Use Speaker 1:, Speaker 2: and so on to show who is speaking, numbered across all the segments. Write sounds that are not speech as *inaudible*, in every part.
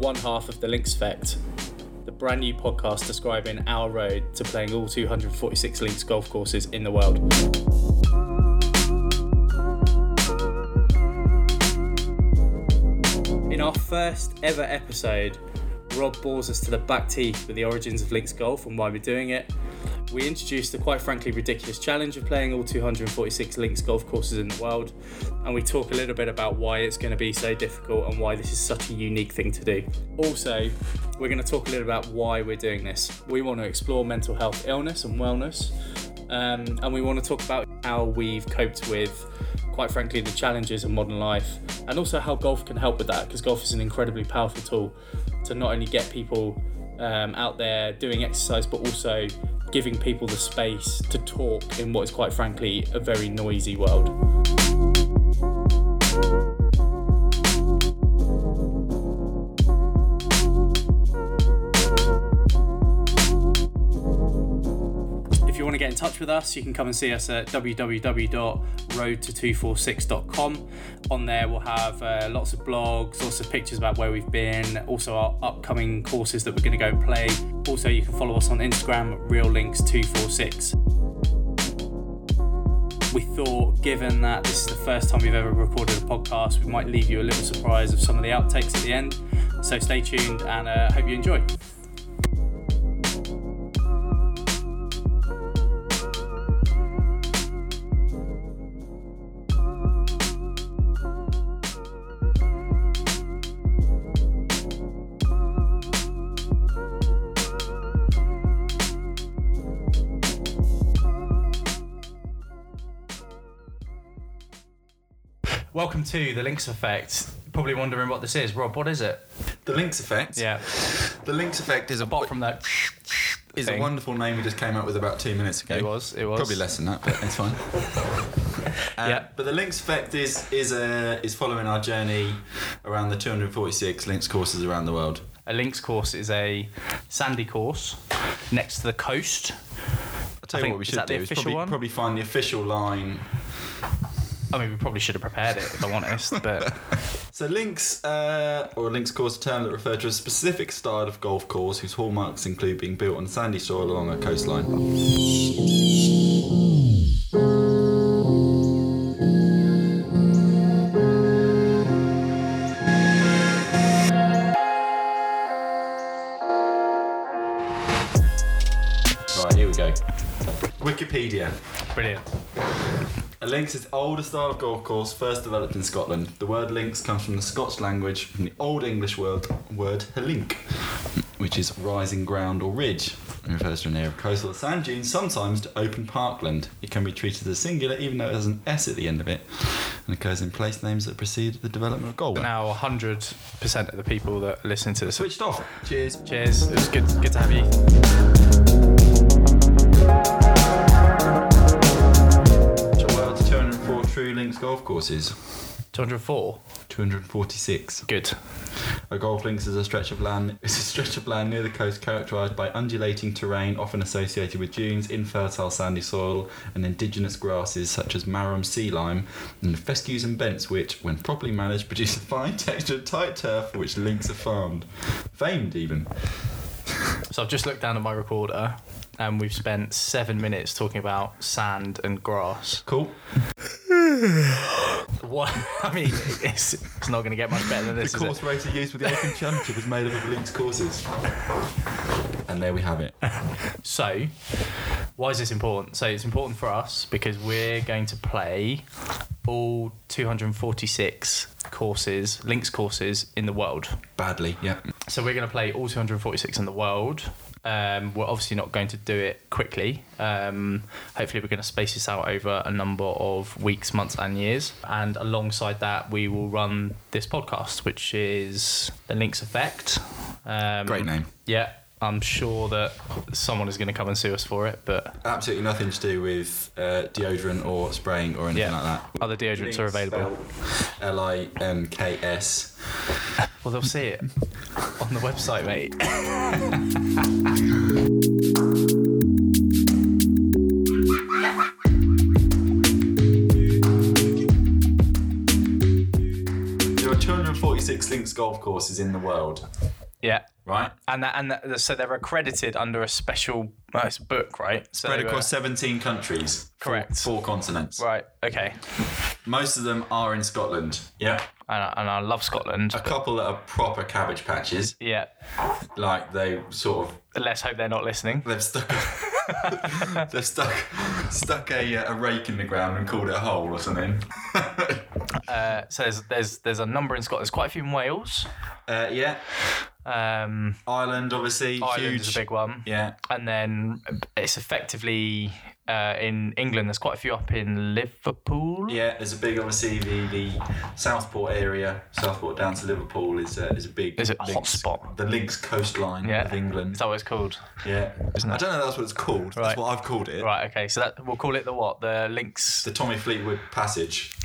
Speaker 1: one half of the Links Effect, the brand new podcast describing our road to playing all 246 links golf courses in the world. In our first ever episode, Rob bores us to the back teeth with the origins of links golf and why we're doing it. We introduced the quite frankly ridiculous challenge of playing all 246 links golf courses in the world, and we talk a little bit about why it's going to be so difficult and why this is such a unique thing to do. Also, we're going to talk a little about why we're doing this. We want to explore mental health illness and wellness, um, and we want to talk about how we've coped with, quite frankly, the challenges of modern life, and also how golf can help with that because golf is an incredibly powerful tool to not only get people um, out there doing exercise, but also giving people the space to talk in what is quite frankly a very noisy world. If you want to get in touch with us, you can come and see us at www.roadto246.com. On there, we'll have uh, lots of blogs, lots of pictures about where we've been, also our upcoming courses that we're going to go play. Also, you can follow us on Instagram, reallinks246. We thought, given that this is the first time we've ever recorded a podcast, we might leave you a little surprise of some of the outtakes at the end. So stay tuned and uh, hope you enjoy. Welcome to the Links Effect. Probably wondering what this is, Rob. What is it?
Speaker 2: The Lynx Effect.
Speaker 1: Yeah.
Speaker 2: The Lynx Effect is a
Speaker 1: Apart from that,
Speaker 2: is
Speaker 1: thing.
Speaker 2: a wonderful name we just came up with about two minutes
Speaker 1: *laughs*
Speaker 2: ago.
Speaker 1: It was, it was.
Speaker 2: Probably less than that, but it's fine.
Speaker 1: *laughs*
Speaker 2: Uh,
Speaker 1: Yeah.
Speaker 2: But the Lynx Effect is is uh, is following our journey around the 246 Lynx courses around the world.
Speaker 1: a links course is a sandy course next to the coast.
Speaker 2: I'll
Speaker 1: I
Speaker 2: tell you
Speaker 1: think-
Speaker 2: what we
Speaker 1: is
Speaker 2: should
Speaker 1: that the
Speaker 2: do is
Speaker 1: official
Speaker 2: probably,
Speaker 1: one?
Speaker 2: probably find the official line.
Speaker 1: I mean, we probably should have prepared it, if I'm honest, but *laughs*
Speaker 2: So Lynx, uh, or Lynx course, a term that refers to a specific style of golf course whose hallmarks include being built on sandy soil along a coastline. Right, here we go. Wikipedia.
Speaker 1: brilliant.
Speaker 2: A links is older style of golf course, first developed in Scotland. The word links comes from the Scots language, from the Old English word word helink, which is rising ground or ridge. It refers to an area of coastal sand dunes, sometimes to open parkland. It can be treated as a singular, even though it has an s at the end of it, and occurs in place names that precede the development of golf.
Speaker 1: Now, 100% of the people that listen to this.
Speaker 2: Switched off. Cheers.
Speaker 1: Cheers. It was good, good to have you.
Speaker 2: The world's 204 true links golf courses.
Speaker 1: 204.
Speaker 2: 246.
Speaker 1: Good.
Speaker 2: A golf links is a stretch of land *laughs* is a stretch of land near the coast characterized by undulating terrain often associated with dunes, infertile sandy soil, and indigenous grasses such as marum sea lime and fescues and bents which, when properly managed, *laughs* produce a fine textured tight turf for which links are farmed. Famed even.
Speaker 1: So I've just looked down at my recorder and we've spent seven minutes talking about sand and grass.
Speaker 2: Cool.
Speaker 1: What? *laughs* I mean, it's, it's not going to get much better than this.
Speaker 2: The
Speaker 1: is it?
Speaker 2: course racer used with the Open *laughs* Championship was made up of links courses. And there we have it.
Speaker 1: So, why is this important? So, it's important for us because we're going to play all 246 courses, links courses in the world.
Speaker 2: Badly, yeah.
Speaker 1: So, we're going to play all 246 in the world. Um, we're obviously not going to do it quickly. Um, hopefully, we're going to space this out over a number of weeks, months, and years. And alongside that, we will run this podcast, which is The Links Effect. Um,
Speaker 2: Great name.
Speaker 1: yeah, I'm sure that someone is going to come and sue us for it, but
Speaker 2: Absolutely nothing to do with uh, deodorant or spraying or anything
Speaker 1: yeah,
Speaker 2: like that.
Speaker 1: other deodorants are available.
Speaker 2: L I M K S.
Speaker 1: Well, they'll see it *laughs* on the website, mate.
Speaker 2: There are 246 six links golf courses in the world,
Speaker 1: Yeah.
Speaker 2: right?
Speaker 1: And that, and that, so they're accredited under a special uh, it's a book, right? So
Speaker 2: Spread
Speaker 1: they were-
Speaker 2: across 17 countries.
Speaker 1: Correct.
Speaker 2: Four continents.
Speaker 1: Right. Okay.
Speaker 2: Most of them are in Scotland. Yeah.
Speaker 1: And I, and I love Scotland.
Speaker 2: A couple that are proper cabbage patches.
Speaker 1: Yeah.
Speaker 2: Like they sort of
Speaker 1: Let's hope they're not listening.
Speaker 2: they've stuck *laughs* they've stuck stuck a, uh, a rake in the ground and called it a hole or something. uh,
Speaker 1: Uh, so there's there's there's a number in Scotland. There's quite a few in Wales.
Speaker 2: Uh, yeah.
Speaker 1: Um,
Speaker 2: Ireland obviously
Speaker 1: Ireland
Speaker 2: huge.
Speaker 1: is a big one.
Speaker 2: yeah.
Speaker 1: And then it's effectively uh, in England. There's quite a few up in Liverpool.
Speaker 2: Yeah, there's a big obviously the, the Southport area, Southport down to Liverpool is uh, is a big
Speaker 1: Is it a
Speaker 2: links-
Speaker 1: hotspot?
Speaker 2: The links coastline
Speaker 1: Yeah.
Speaker 2: of England.
Speaker 1: Is that what it's called?
Speaker 2: Yeah. I don't know if that's what it's called.
Speaker 1: Right.
Speaker 2: That's what I've called it.
Speaker 1: Right. Okay. So that we'll call it the what? The links.
Speaker 2: The Tommy Fleetwood Passage.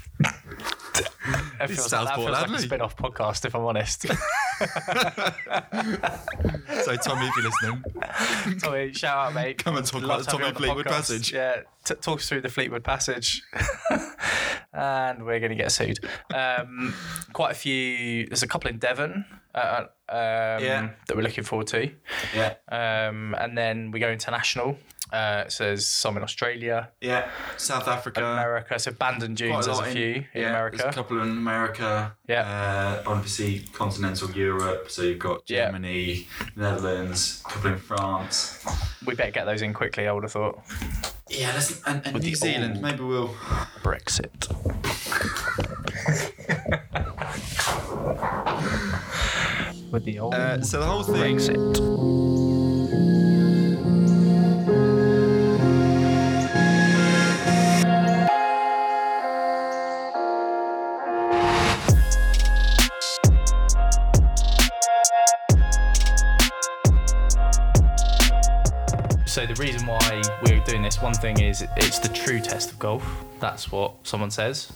Speaker 1: That feels, that
Speaker 2: Southport
Speaker 1: feels like a
Speaker 2: Ladley.
Speaker 1: spin-off podcast, if I'm
Speaker 2: *laughs*
Speaker 1: honest. *laughs*
Speaker 2: So Tommy, if you're listening,
Speaker 1: Tommy, shout out, mate.
Speaker 2: come and talk
Speaker 1: Love
Speaker 2: about the
Speaker 1: to have you
Speaker 2: Tommy
Speaker 1: on the
Speaker 2: Fleetwood
Speaker 1: podcast.
Speaker 2: Passage.
Speaker 1: Yeah, t- talk us through the Fleetwood Passage, *laughs* and we're going to get sued. Um, quite a few. There's a couple in Devon uh, um,
Speaker 2: Yeah.
Speaker 1: that we're looking forward to,
Speaker 2: Yeah.
Speaker 1: um, and then we go international. Uh, so there's some in Australia,
Speaker 2: Yeah. South Africa.
Speaker 1: America. So Bandon
Speaker 2: Uh, Quite
Speaker 1: Dunes, there's a
Speaker 2: lot
Speaker 1: few in,
Speaker 2: yeah, There's a
Speaker 1: America.
Speaker 2: couple in America.
Speaker 1: Yeah.
Speaker 2: Uh, obviously, continental Europe. So you've got
Speaker 1: Yeah.
Speaker 2: Germany, Netherlands, a couple in France.
Speaker 1: We better get those in quickly. I would have thought.
Speaker 2: Yeah, listen, and, and New
Speaker 1: the
Speaker 2: Zealand.
Speaker 1: old-
Speaker 2: Maybe we'll.
Speaker 1: Brexit. With the old
Speaker 2: Uh, so the whole thing.
Speaker 1: Brexit. So the reason why we're doing this, one thing is it's the true test of golf. That's what someone says.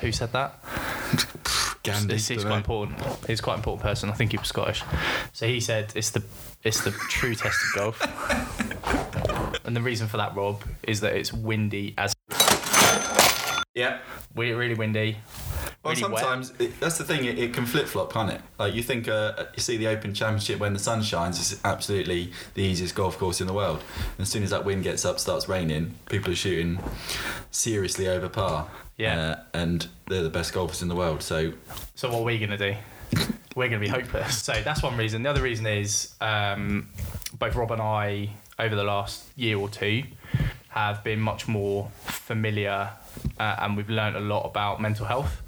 Speaker 1: Who said that? He's, he's quite important. He's quite an important person. I think he was Scottish. So he said it's the it's the true test of golf. and the reason for that, Rob, is that it's windy as
Speaker 2: Yeah.
Speaker 1: we really windy.
Speaker 2: Well,
Speaker 1: really wet.
Speaker 2: sometimes it, that's the thing. It, it can flip flop, can't it? Like you think uh, you see the Open Championship when the sun shines, it's absolutely the easiest golf course in the world. And as soon as that wind gets up, starts raining, people are shooting seriously over par.
Speaker 1: Yeah.
Speaker 2: Uh, and they're the best golfers in the world. So
Speaker 1: So what are we gonna do? We're gonna be hopeless. So that's one reason. The other reason is um, both Rob and I over the last year or two have been much more familiar, uh, and we've learned a lot about mental health.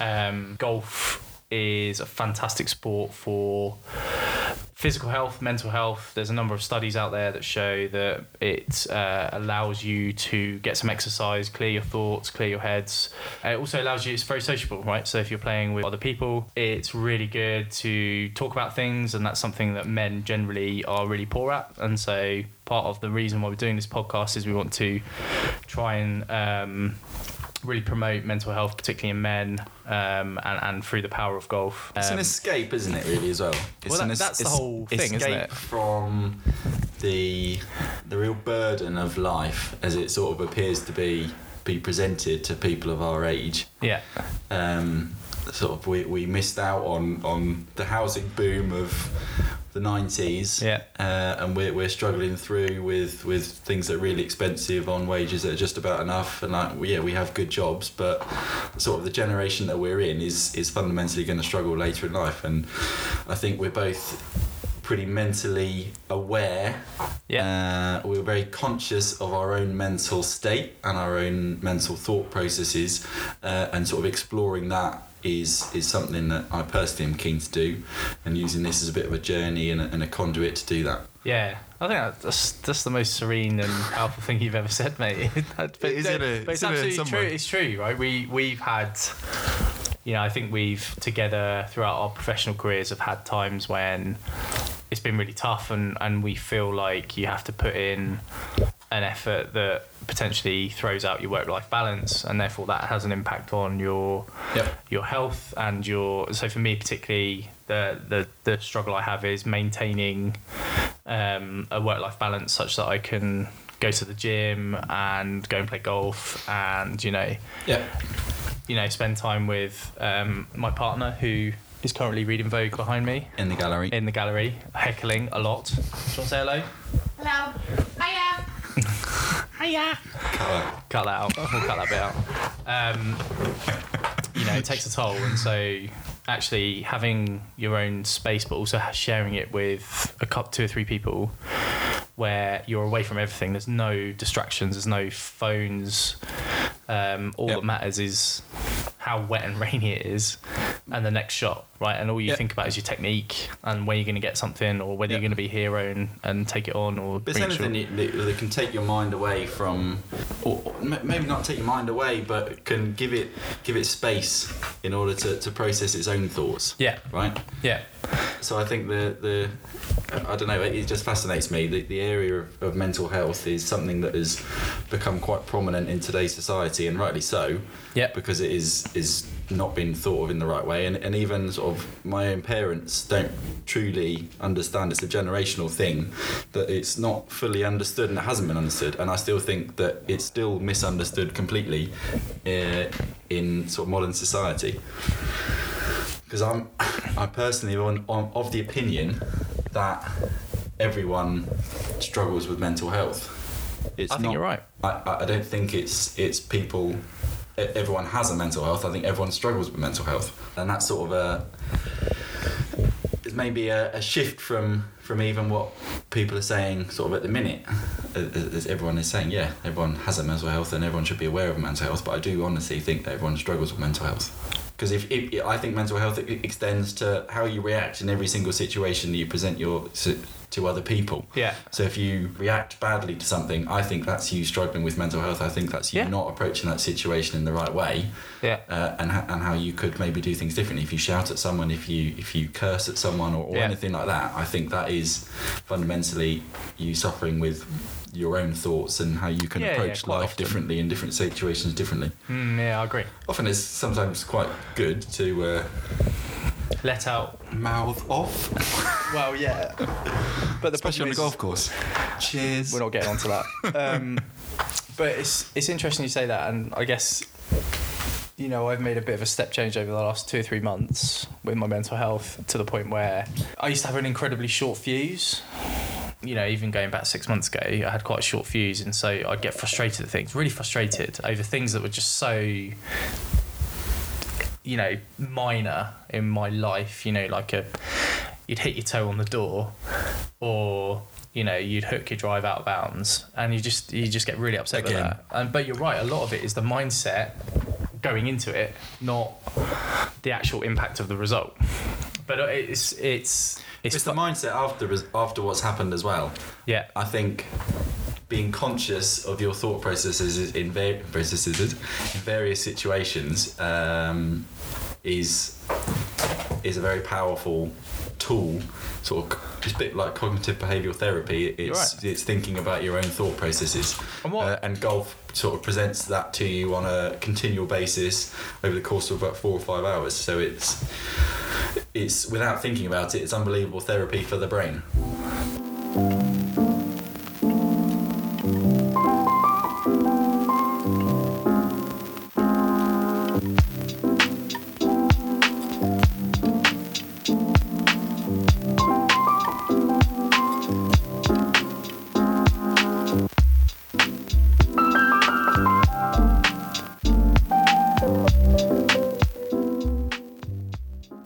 Speaker 1: Um, golf is a fantastic sport for physical health, mental health. There's a number of studies out there that show that it uh, allows you to get some exercise, clear your thoughts, clear your heads. It also allows you, it's very sociable, right? So if you're playing with other people, it's really good to talk about things, and that's something that men generally are really poor at. And so part of the reason why we're doing this podcast is we want to try and. Um, Really promote mental health, particularly in men, um, and, and through the power of golf.
Speaker 2: it's
Speaker 1: Um,
Speaker 2: an escape, isn't it? Really, as well. It's
Speaker 1: Well,
Speaker 2: an
Speaker 1: that-
Speaker 2: es-
Speaker 1: that's the
Speaker 2: es-
Speaker 1: whole thing, isn't
Speaker 2: escape
Speaker 1: it?
Speaker 2: From the the real burden of life, as it sort of appears to be be presented to people of our age.
Speaker 1: yeah,
Speaker 2: um, sort of we, we missed out on, on the housing boom of the 90s
Speaker 1: Yeah.
Speaker 2: uh, and we're, we're struggling through with, with things that are really expensive on wages that are just about enough and like we- yeah we have good jobs but sort of the generation that we're in is is fundamentally going to struggle later in life and I think we're both pretty mentally aware
Speaker 1: yeah.
Speaker 2: uh, we're very conscious of our own mental state and our own mental thought processes, uh, and sort of exploring that is is something that I personally am keen to do, and using this as a bit of a journey and a, and a conduit to do that.
Speaker 1: Yeah, I think that's that's the most serene and powerful thing you've ever said, mate. *laughs* but,
Speaker 2: It is,
Speaker 1: no,
Speaker 2: isn't it?
Speaker 1: but it's
Speaker 2: Isn't it, in
Speaker 1: absolutely
Speaker 2: some
Speaker 1: true.
Speaker 2: way?
Speaker 1: It's true, right? We we've had, you know, I think we've together throughout our professional careers have had times when it's been really tough, and and we feel like you have to put in an effort that potentially throws out your work life balance, and therefore that has an impact on your
Speaker 2: Yep.
Speaker 1: your health and your so for me particularly the the, the struggle I have is maintaining um, a work life balance such that I can go to the gym and go and play golf and you know
Speaker 2: Yeah.
Speaker 1: you know spend time with um, my partner who is currently reading Vogue behind me
Speaker 2: in the gallery.
Speaker 1: in the gallery, heckling a lot. Do you want to say hello?
Speaker 3: Hello. Hiya.
Speaker 1: Hiya. Cut that out. We'll cut that bit out. Um, you know, it takes a toll, and so actually having your own space, but also sharing it with a couple, two or three people, where you're away from everything. There's no distractions. There's no phones. Um, all
Speaker 2: Yep.
Speaker 1: that matters is how wet and *laughs* rainy it is, and the next shot, right? And all you
Speaker 2: Yep.
Speaker 1: think about is your technique and where you're going to get something, or whether
Speaker 2: Yep.
Speaker 1: you're going to be hero and, and take it on, or
Speaker 2: But it's
Speaker 1: bring it to-
Speaker 2: anything that, that- that can take your mind away from, or or m- maybe not take your mind away, but can give it give it space in order to, to process its own thoughts.
Speaker 1: Yeah.
Speaker 2: Right.
Speaker 1: Yeah.
Speaker 2: So I think the the I don't know. It just fascinates me. The, the area of, of mental health is something that has become quite prominent in today's society, and rightly so.
Speaker 1: Yeah.
Speaker 2: Because it is is not been thought of in the right way, and, and even sort of my own parents don't truly understand. It's a generational thing that it's not fully understood, and it hasn't been understood. And I still think that it's still misunderstood completely uh, in sort of modern society because I'm *laughs* I'm personally on, on of the opinion that everyone struggles with mental health. It's
Speaker 1: I think you're right.
Speaker 2: I, I- I don't think it's it's people. e- Everyone has a mental health. I think everyone struggles with mental health, and that's sort of a it's maybe a, a shift from from even what people are saying sort of at the minute. As as everyone is saying, yeah, everyone has a mental health, and everyone should be aware of mental health. But I do honestly think that everyone struggles with mental health because if, if I think mental health e- extends to how you react in every single situation that you present your to, to other people.
Speaker 1: Yeah.
Speaker 2: So if you react badly to something, I think that's you struggling with mental health. I think that's you
Speaker 1: Yeah.
Speaker 2: not approaching that situation in the right way,
Speaker 1: Yeah.
Speaker 2: uh, and ho- and how you could maybe do things differently. If you shout at someone, if you if you curse at someone, or, or
Speaker 1: Yeah.
Speaker 2: anything like that, I think that is fundamentally you suffering with your own thoughts and how you can
Speaker 1: Yeah, yeah,
Speaker 2: approach
Speaker 1: quite
Speaker 2: life
Speaker 1: often.
Speaker 2: differently in different situations differently.
Speaker 1: Mm, yeah, I agree.
Speaker 2: Often it's sometimes quite good to. Uh,
Speaker 1: Let out.
Speaker 2: mouth off,
Speaker 1: Well, yeah. But the
Speaker 2: especially on the golf course. Cheers.
Speaker 1: We're not getting onto
Speaker 2: *laughs*
Speaker 1: that. Um, but it's it's interesting you say that, and I guess you know I've made a bit of a step change over the last two or three months with my mental health to the point where I used to have an incredibly short fuse. You know, even going back six months ago, I had quite a short fuse, and so I'd get frustrated at things, really frustrated over things that were just so you know minor in my life you know like a you'd hit your toe on the door or you know you'd hook your drive out of bounds and you just you just get really upset
Speaker 2: Again.
Speaker 1: with that and but you're right a lot of it is the mindset going into it not the actual impact of the result but uh, it's it's it's,
Speaker 2: It's the mindset after after what's happened as well.
Speaker 1: yeah
Speaker 2: I think being conscious of your thought processes in var- processes in various situations um, is is a very powerful tool. Sort of, c- it's a bit like cognitive behavioural therapy. It's
Speaker 1: right.
Speaker 2: it's thinking about your own thought processes.
Speaker 1: And what-
Speaker 2: Uh, and golf sort of presents that to you on a continual basis over the course of about four or five hours. So it's it's without thinking about it, it's unbelievable therapy for the brain.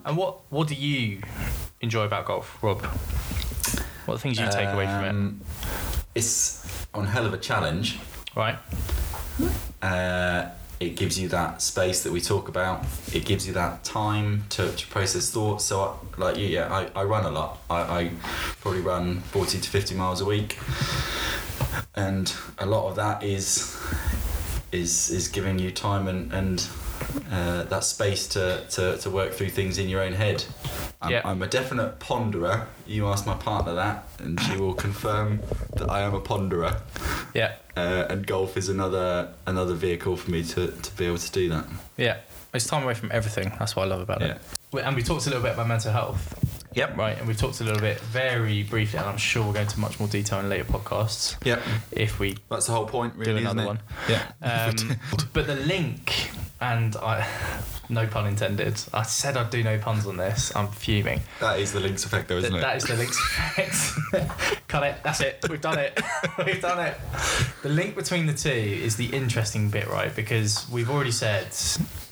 Speaker 1: and what what do you enjoy about golf rob what are the things you take away from
Speaker 2: Um, It's on hell of a challenge.
Speaker 1: it right
Speaker 2: Uh, it gives you that space that we talk about. It gives you that time to, to process thoughts. So, I, like you, yeah, I, I run a lot. I, I probably run 40 to 50 miles a week. And a lot of that is is is giving you time and, and uh, that space to, to, to work through things in your own head. I'm,
Speaker 1: Yeah.
Speaker 2: I'm a definite ponderer. You ask my partner that, and she will confirm that I am a ponderer
Speaker 1: yeah
Speaker 2: uh, and golf is another another vehicle for me to, to be able to do that.
Speaker 1: Yeah, it's time away from everything. That's what I love about it. it. And we talked a little bit about mental health.
Speaker 2: Yep.
Speaker 1: Right, and we've talked a little bit very briefly, and I'm sure we'll go into much more detail in later podcasts
Speaker 2: Yep.
Speaker 1: if we
Speaker 2: That's the whole point,
Speaker 1: do
Speaker 2: really.
Speaker 1: another
Speaker 2: isn't it?
Speaker 1: one.
Speaker 2: Yeah.
Speaker 1: Um, but the link, and I, *laughs* No pun intended. I said I'd do no puns on this. I'm fuming.
Speaker 2: That is the links effect, though, isn't
Speaker 1: Th-
Speaker 2: it?
Speaker 1: That is the links effect. *laughs* Cut it. That's it. We've done it. *laughs* We've done it. The link between the two is the interesting bit, right? Because we've already said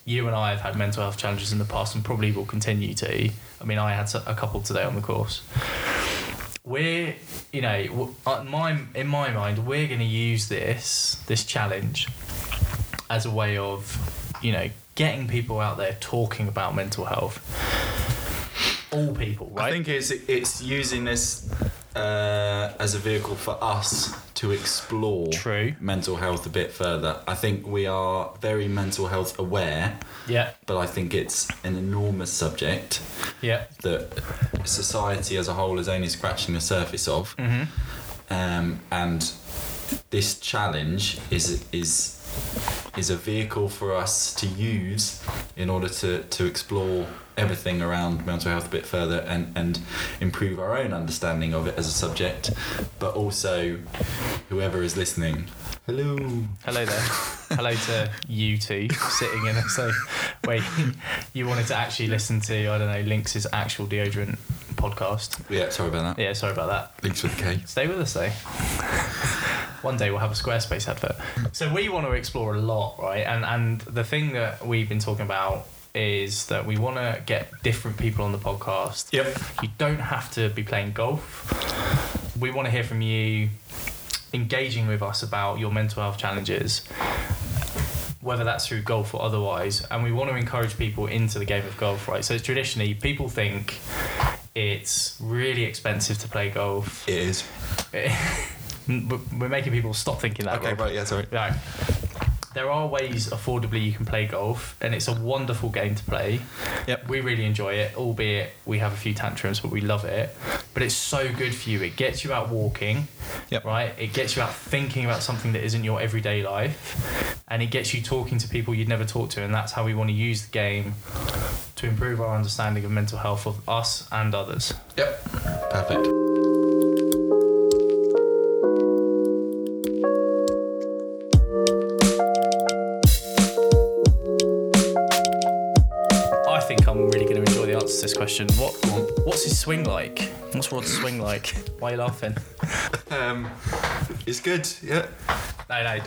Speaker 1: you and I have had mental health challenges in the past and probably will continue to. I mean, I had a couple today on the course. We're, you know, w- uh, my in my mind, we're going to use this this challenge as a way of, you know, getting people out there talking about mental health. All people, right?
Speaker 2: I think it's it's using this uh, as a vehicle for us to explore
Speaker 1: True.
Speaker 2: mental health a bit further. I think we are very mental health aware,
Speaker 1: yeah,
Speaker 2: but I think it's an enormous subject
Speaker 1: yeah.
Speaker 2: that society as a whole is only scratching the surface of, um, and this challenge is is is a vehicle for us to use in order to, to explore everything around mental health a bit further and, and improve our own understanding of it as a subject, but also whoever is listening. Hello.
Speaker 1: Hello there. Hello to you two sitting in a *laughs* so wait you wanted to actually listen to, I don't know, Lynx's actual deodorant podcast.
Speaker 2: Yeah, sorry about that.
Speaker 1: Yeah, sorry about that.
Speaker 2: Thanks for the K.
Speaker 1: Stay with us though. One day we'll have a Squarespace advert. So we want to explore a lot, right? And and the thing that we've been talking about is that we want to get different people on the podcast.
Speaker 2: Yep.
Speaker 1: You don't have to be playing golf. We want to hear from you engaging with us about your mental health challenges, whether that's through golf or otherwise. And we want to encourage people into the game of golf, right? So traditionally, people think it's really expensive to play golf. *laughs*
Speaker 2: It is.
Speaker 1: We're making people stop thinking that.
Speaker 2: Okay,
Speaker 1: Rob.
Speaker 2: right, yeah, sorry.
Speaker 1: No. There are ways affordably you can play golf, and it's a wonderful game to play.
Speaker 2: Yep.
Speaker 1: We really enjoy it, albeit we have a few tantrums, but we love it. But it's so good for you. It gets you out walking,
Speaker 2: Yep.
Speaker 1: right? It gets you out thinking about something that isn't your everyday life, and it gets you talking to people you'd never talk to, and that's how we want to use the game to improve our understanding of mental health of us and others.
Speaker 2: Yep. Perfect.
Speaker 1: I think I'm really going to enjoy the answer to this question. What What's his swing like? What's Rod's swing like? Why are you laughing?
Speaker 2: Um, it's good, yeah.
Speaker 1: No, *laughs* no.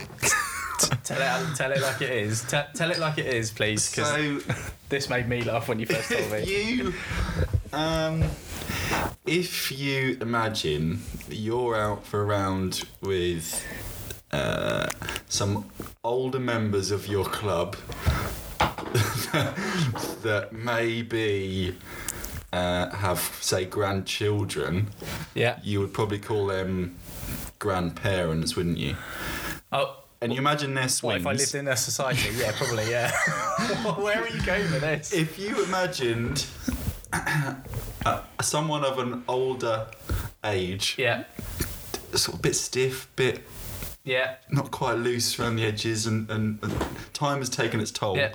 Speaker 1: tell it, tell it like it is. Te- tell it like it is, please, because
Speaker 2: So
Speaker 1: this made me laugh when you first told *laughs* me.
Speaker 2: you um if you imagine that you're out for a round with uh, some older members of your club *laughs* that maybe uh, have say grandchildren
Speaker 1: Yeah.
Speaker 2: you would probably call them grandparents wouldn't you
Speaker 1: Oh,
Speaker 2: and you imagine their swings
Speaker 1: what if I lived in a society? Yeah, probably. Yeah. *laughs* Where are you going with this?
Speaker 2: if you imagined *coughs* uh, someone of an older age,
Speaker 1: Yeah.
Speaker 2: sort of bit stiff, bit
Speaker 1: Yeah.
Speaker 2: not quite loose around the edges, and, and, and time has taken its toll.
Speaker 1: Yeah.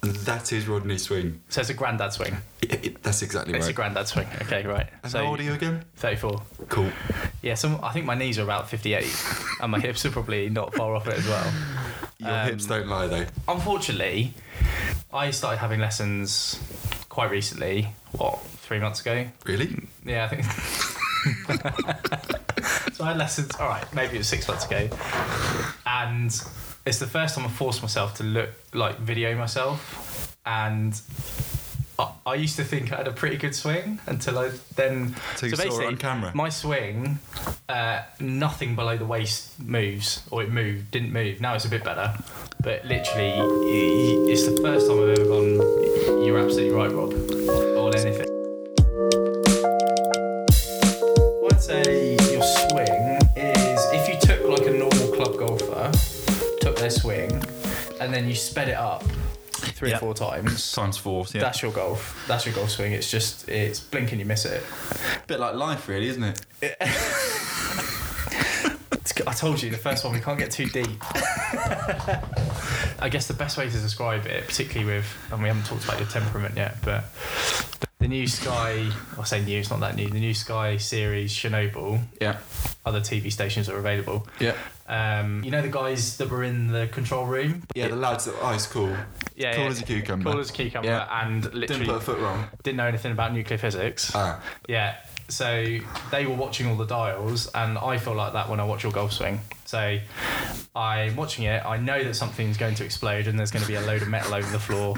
Speaker 2: That is Rodney Swing.
Speaker 1: So it's a granddad swing.
Speaker 2: It- it- that's exactly
Speaker 1: It's a
Speaker 2: right.
Speaker 1: granddad swing. Okay, right.
Speaker 2: and
Speaker 1: so
Speaker 2: how old are you again?
Speaker 1: 34.
Speaker 2: Cool.
Speaker 1: Yeah, some, I think my knees are about 58, and my hips are probably not far off it as well.
Speaker 2: Your
Speaker 1: Um,
Speaker 2: hips don't lie though.
Speaker 1: unfortunately, I started having lessons quite recently. What three months ago?
Speaker 2: Really?
Speaker 1: Yeah, I think. *laughs* so I had lessons. All right, maybe it was six months ago, and it's the first time I forced myself to look like video myself, and. I- I used to think I had a pretty good swing until I then.
Speaker 2: Until you saw it on camera.
Speaker 1: My swing, uh, nothing below the waist moves, or it moved, didn't move. Now it's a bit better, but literally, y- y- it's the first time I've ever gone. You're absolutely right, Rob, on anything. I'd say your swing is if you took like a normal club golfer, took their swing, and then you sped it up three
Speaker 2: Yep.
Speaker 1: or four times.
Speaker 2: Times four. Yeah.
Speaker 1: That's your golf. That's your golf swing. It's just it's blink and you miss it.
Speaker 2: a bit like life, really, isn't it?
Speaker 1: It's g- I told you the first one we can't get too deep. I guess the best way to describe it, particularly with, and we haven't talked about your temperament yet, but the new Sky, I say new, it's not that new. The new Sky series Chernobyl.
Speaker 2: Yeah.
Speaker 1: Other TV stations are available.
Speaker 2: Yeah.
Speaker 1: Um, you know the guys that were in the control room.
Speaker 2: Yeah, the lads that ice cool.
Speaker 1: Yeah,
Speaker 2: Cool
Speaker 1: yeah.
Speaker 2: as a cucumber.
Speaker 1: Cool as a cucumber,
Speaker 2: Yeah.
Speaker 1: and
Speaker 2: Didn't
Speaker 1: literally
Speaker 2: put a foot wrong.
Speaker 1: didn't know anything about nuclear physics.
Speaker 2: Ah,
Speaker 1: Yeah. So they were watching all the dials, and I feel like that when I watch your golf swing. So I'm watching it. I know that something's going to explode, and there's going to be a load of metal over the floor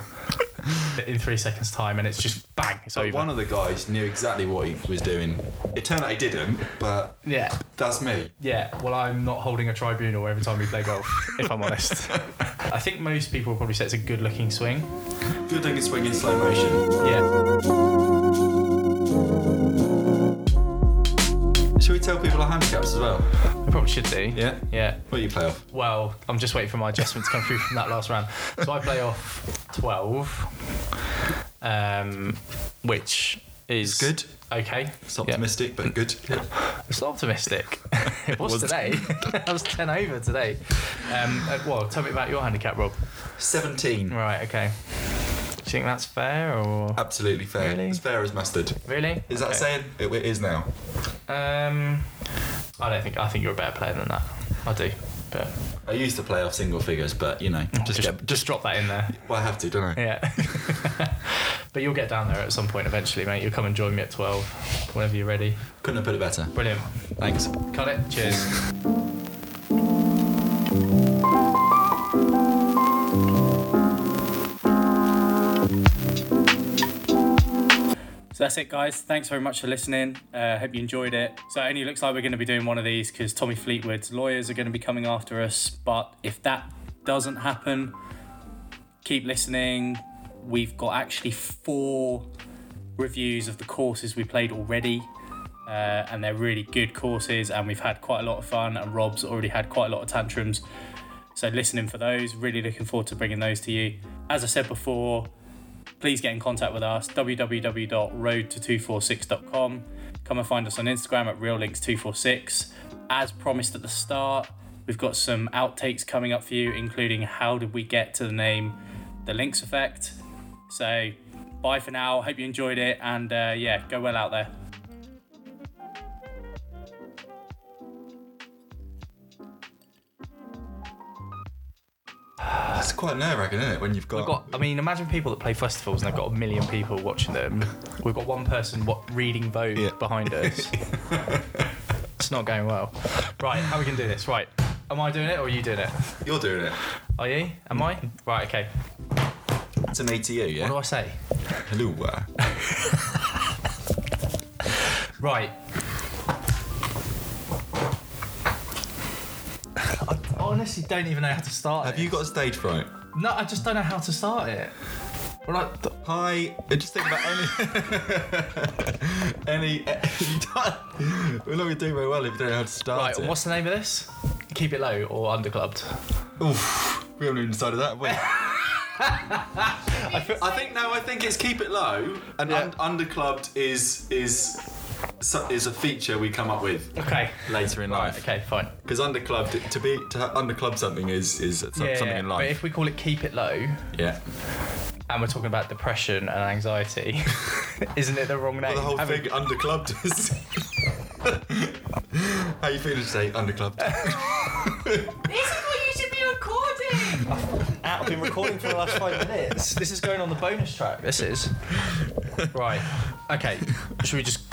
Speaker 1: in three seconds' time, and it's just bang. It's
Speaker 2: but
Speaker 1: over.
Speaker 2: one of the guys knew exactly what he was doing. It turned out he didn't, but
Speaker 1: yeah.
Speaker 2: that's me.
Speaker 1: Yeah. Well, I'm not holding a tribunal every time we play golf, if I'm honest.
Speaker 2: *laughs*
Speaker 1: I think most people would probably say it's a good-looking swing.
Speaker 2: Good thing it's swing in slow motion.
Speaker 1: Yeah.
Speaker 2: Should we tell people our handicaps as well?
Speaker 1: I probably should do.
Speaker 2: Yeah.
Speaker 1: Yeah.
Speaker 2: What do you play off?
Speaker 1: Well, I'm just waiting for my adjustment to come through from that last round. So I play off 12, um, which is
Speaker 2: It's good.
Speaker 1: Okay,
Speaker 2: It's optimistic, but good.
Speaker 1: it's
Speaker 2: *laughs*
Speaker 1: optimistic. it was,
Speaker 2: was.
Speaker 1: today. *laughs* I was 10 over today. Um, uh, well, tell me about your handicap, Rob.
Speaker 2: 17.
Speaker 1: Right, okay. Do you think that's fair or
Speaker 2: Absolutely fair.
Speaker 1: Really?
Speaker 2: As fair as mustard.
Speaker 1: really?
Speaker 2: Is that
Speaker 1: Okay.
Speaker 2: saying? It, it is now.
Speaker 1: Um, I don't think. I think you're a better player than that. I do. But
Speaker 2: I used to play off single figures, but you know, just,
Speaker 1: just,
Speaker 2: get,
Speaker 1: just drop that in there.
Speaker 2: well, I have to, don't I?
Speaker 1: Yeah. *laughs* but you'll get down there at some point eventually, mate. You'll come and join me at 12 whenever you're ready.
Speaker 2: Couldn't have put it better.
Speaker 1: Brilliant.
Speaker 2: Thanks.
Speaker 1: Cut it. Cheers.
Speaker 4: So that's it, guys. Thanks very much for listening. Uh, hope you enjoyed it. So it only looks like we're going to be doing one of these because Tommy Fleetwood's lawyers are going to be coming after us. But if that doesn't happen, keep listening. We've got actually four reviews of the courses we played already, uh, and they're really good courses. And we've had quite a lot of fun. And Rob's already had quite a lot of tantrums. So listening for those. Really looking forward to bringing those to you. As I said before, please get in contact with us www.roadto246.com come and find us on instagram at reallinks246 as promised at the start we've got some outtakes coming up for you including how did we get to the name the links effect so bye for now hope you enjoyed it and uh, yeah go well out there
Speaker 2: That's quite nerve wracking, isn't it? When you've got.
Speaker 1: We've got, I mean, imagine people that play festivals and they've got a million people watching them. We've got one person what, reading Vogue
Speaker 2: Yeah.
Speaker 1: behind
Speaker 2: *laughs*
Speaker 1: us. it's not going well. Right, how we going to do this? Right. Am I doing it or are you doing it?
Speaker 2: You're doing it.
Speaker 1: Are you? Am I? Right, okay.
Speaker 2: It's an ATU,
Speaker 1: What do
Speaker 2: yeah?
Speaker 1: I say?
Speaker 2: Hello. uh,
Speaker 1: Right. I honestly don't even know how to start
Speaker 2: Have
Speaker 1: it.
Speaker 2: you got stage fright?
Speaker 1: No, I just don't know how to start it. Well, like, th-
Speaker 2: Hi. uh, Just think about *laughs* any. *laughs* any. you don't- We're not going to do very well if you don't know how to
Speaker 1: right,
Speaker 2: start it.
Speaker 1: what's the name of this? Keep it low or underclubbed?
Speaker 2: Oof, we haven't even decided that. Wait.
Speaker 3: I,
Speaker 2: I think no. I think it's keep it low. And
Speaker 1: Yeah.
Speaker 2: un- underclubbed is is so- is a feature we come up with
Speaker 1: Okay.
Speaker 2: later in life.
Speaker 1: Okay, fine.
Speaker 2: Because underclubbed to be to ha- underclub something is is so- something in
Speaker 1: But
Speaker 2: life.
Speaker 1: if we call it keep it low
Speaker 2: yeah.
Speaker 1: and we're talking about depression and anxiety, *laughs* isn't it the
Speaker 2: *laughs*
Speaker 1: wrong name?
Speaker 2: The whole
Speaker 1: I mean,
Speaker 2: thing underclubbed is. *laughs* How you feeling
Speaker 1: *laughs*
Speaker 2: today? Underclubbed.
Speaker 3: This is what you should be recording.
Speaker 1: I've been recording for the last five
Speaker 2: *laughs*
Speaker 1: minutes. This is going on the bonus track. This is. Right. Okay. Should we just.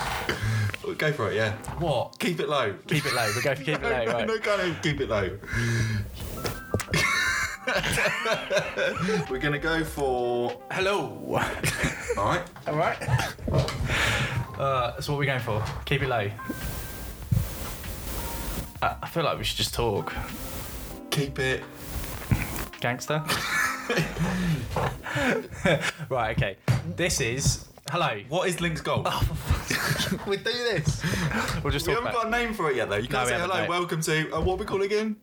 Speaker 2: Go for it. Yeah.
Speaker 1: What?
Speaker 2: Keep it low.
Speaker 1: Keep it low. We'll go for keep it low,
Speaker 2: no,
Speaker 1: right?
Speaker 2: *laughs* no, kind of keep it low. *laughs* We're gonna go for.
Speaker 1: Hello.
Speaker 2: All right.
Speaker 1: All right. Uh, so what are we going for? Keep it low. I, I feel like we should just talk.
Speaker 2: Keep it.
Speaker 1: Gangster. *laughs* right. Okay. This is hello.
Speaker 2: What is Link's
Speaker 1: *laughs*
Speaker 2: goal?
Speaker 1: Um, We do this. We'll just
Speaker 2: We
Speaker 1: talk
Speaker 2: haven't
Speaker 1: about.
Speaker 2: got a name for it yet, though. You
Speaker 1: No,
Speaker 2: can't
Speaker 1: we
Speaker 2: say
Speaker 1: haven't,
Speaker 2: hello,
Speaker 1: no.
Speaker 2: welcome to. Uh, what are we calling
Speaker 1: *laughs*
Speaker 2: again?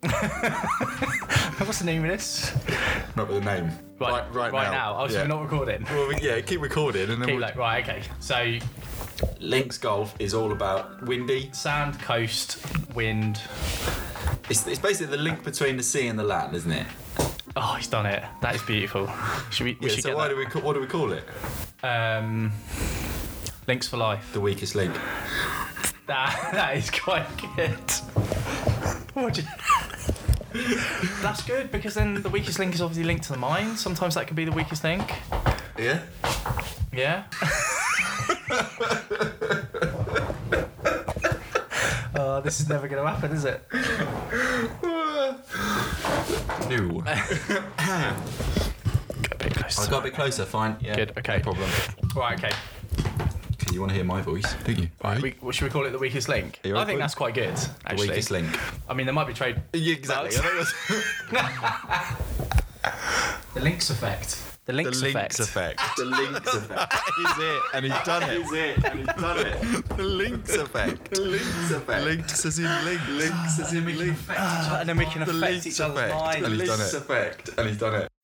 Speaker 1: What's the name of this?
Speaker 2: not with a name. Right, right,
Speaker 1: right now. Oh, so
Speaker 2: yeah.
Speaker 1: we're not recording.
Speaker 2: Well, we- yeah, keep recording, and then
Speaker 1: Keep
Speaker 2: we'll...
Speaker 1: low. Right. Okay. So
Speaker 2: Link's golf is all about windy.
Speaker 1: sand, coast, wind.
Speaker 2: It's, it's basically the link between the sea and the land, isn't it?
Speaker 1: Oh, he's done it. That is beautiful. Should we? we
Speaker 2: Yeah.
Speaker 1: should
Speaker 2: So
Speaker 1: get
Speaker 2: why
Speaker 1: that.
Speaker 2: do we ca- what do we call it?
Speaker 1: Um, links for life. *laughs*
Speaker 2: The weakest link.
Speaker 1: That, that is quite good. What do you- That's good because then the weakest link is obviously linked to the mind. Sometimes that could be the weakest link.
Speaker 2: Yeah?
Speaker 1: Yeah. *laughs* Uh, this is never going to happen, is it?
Speaker 2: *laughs* No.
Speaker 1: Get a bit
Speaker 2: I
Speaker 1: closer.
Speaker 2: got a bit closer, fine. Yeah.
Speaker 1: Good, okay.
Speaker 2: No problem.
Speaker 1: Right, okay.
Speaker 2: Can you want to hear my voice? Do you? Right.
Speaker 1: We, well, should we call it the weakest link?
Speaker 2: Yeah,
Speaker 1: I think
Speaker 2: we-
Speaker 1: that's quite good,
Speaker 2: the
Speaker 1: actually.
Speaker 2: weakest link.
Speaker 1: I mean, there might be trade.
Speaker 2: exactly. I think that's-
Speaker 1: The links effect. The links
Speaker 2: the
Speaker 1: effect.
Speaker 2: links effect. The links effect. That is it. And he's done it.
Speaker 5: it, and he's done it.
Speaker 2: The links effect.
Speaker 5: The links effect.
Speaker 2: Links as in link. Links as in link.
Speaker 1: Uh, and then we can affect each other's minds.
Speaker 2: And he's done it.
Speaker 5: effect. And he's done it.